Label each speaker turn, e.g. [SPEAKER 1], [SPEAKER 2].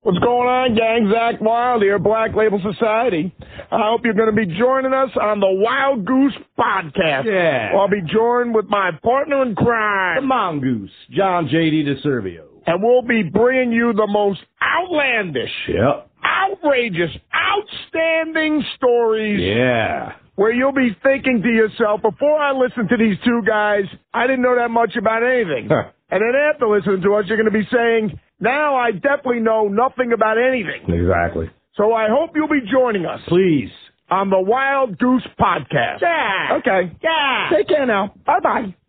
[SPEAKER 1] What's going on, gang? Zach Wild here, Black Label Society. I hope you're going to be joining us on the Wild Goose Podcast.
[SPEAKER 2] Yeah.
[SPEAKER 1] I'll be joined with my partner in
[SPEAKER 2] The
[SPEAKER 1] crime,
[SPEAKER 2] mongoose, John J.D. DeServio.
[SPEAKER 1] and we'll be bringing you the most outlandish,
[SPEAKER 2] Yep.
[SPEAKER 1] outrageous, outstanding stories
[SPEAKER 2] Yeah.
[SPEAKER 1] where you'll be thinking to yourself, before I listened to these two guys, I didn't know that much about anything.
[SPEAKER 2] Huh.
[SPEAKER 1] And then after listening to us, you're going to be saying, now I definitely know nothing about anything.
[SPEAKER 2] Exactly.
[SPEAKER 1] So I hope you'll be joining us
[SPEAKER 2] Please.
[SPEAKER 1] on the Wild Goose Podcast.
[SPEAKER 2] Yeah.
[SPEAKER 1] Okay.
[SPEAKER 2] Yeah.
[SPEAKER 1] Take care now. Bye bye.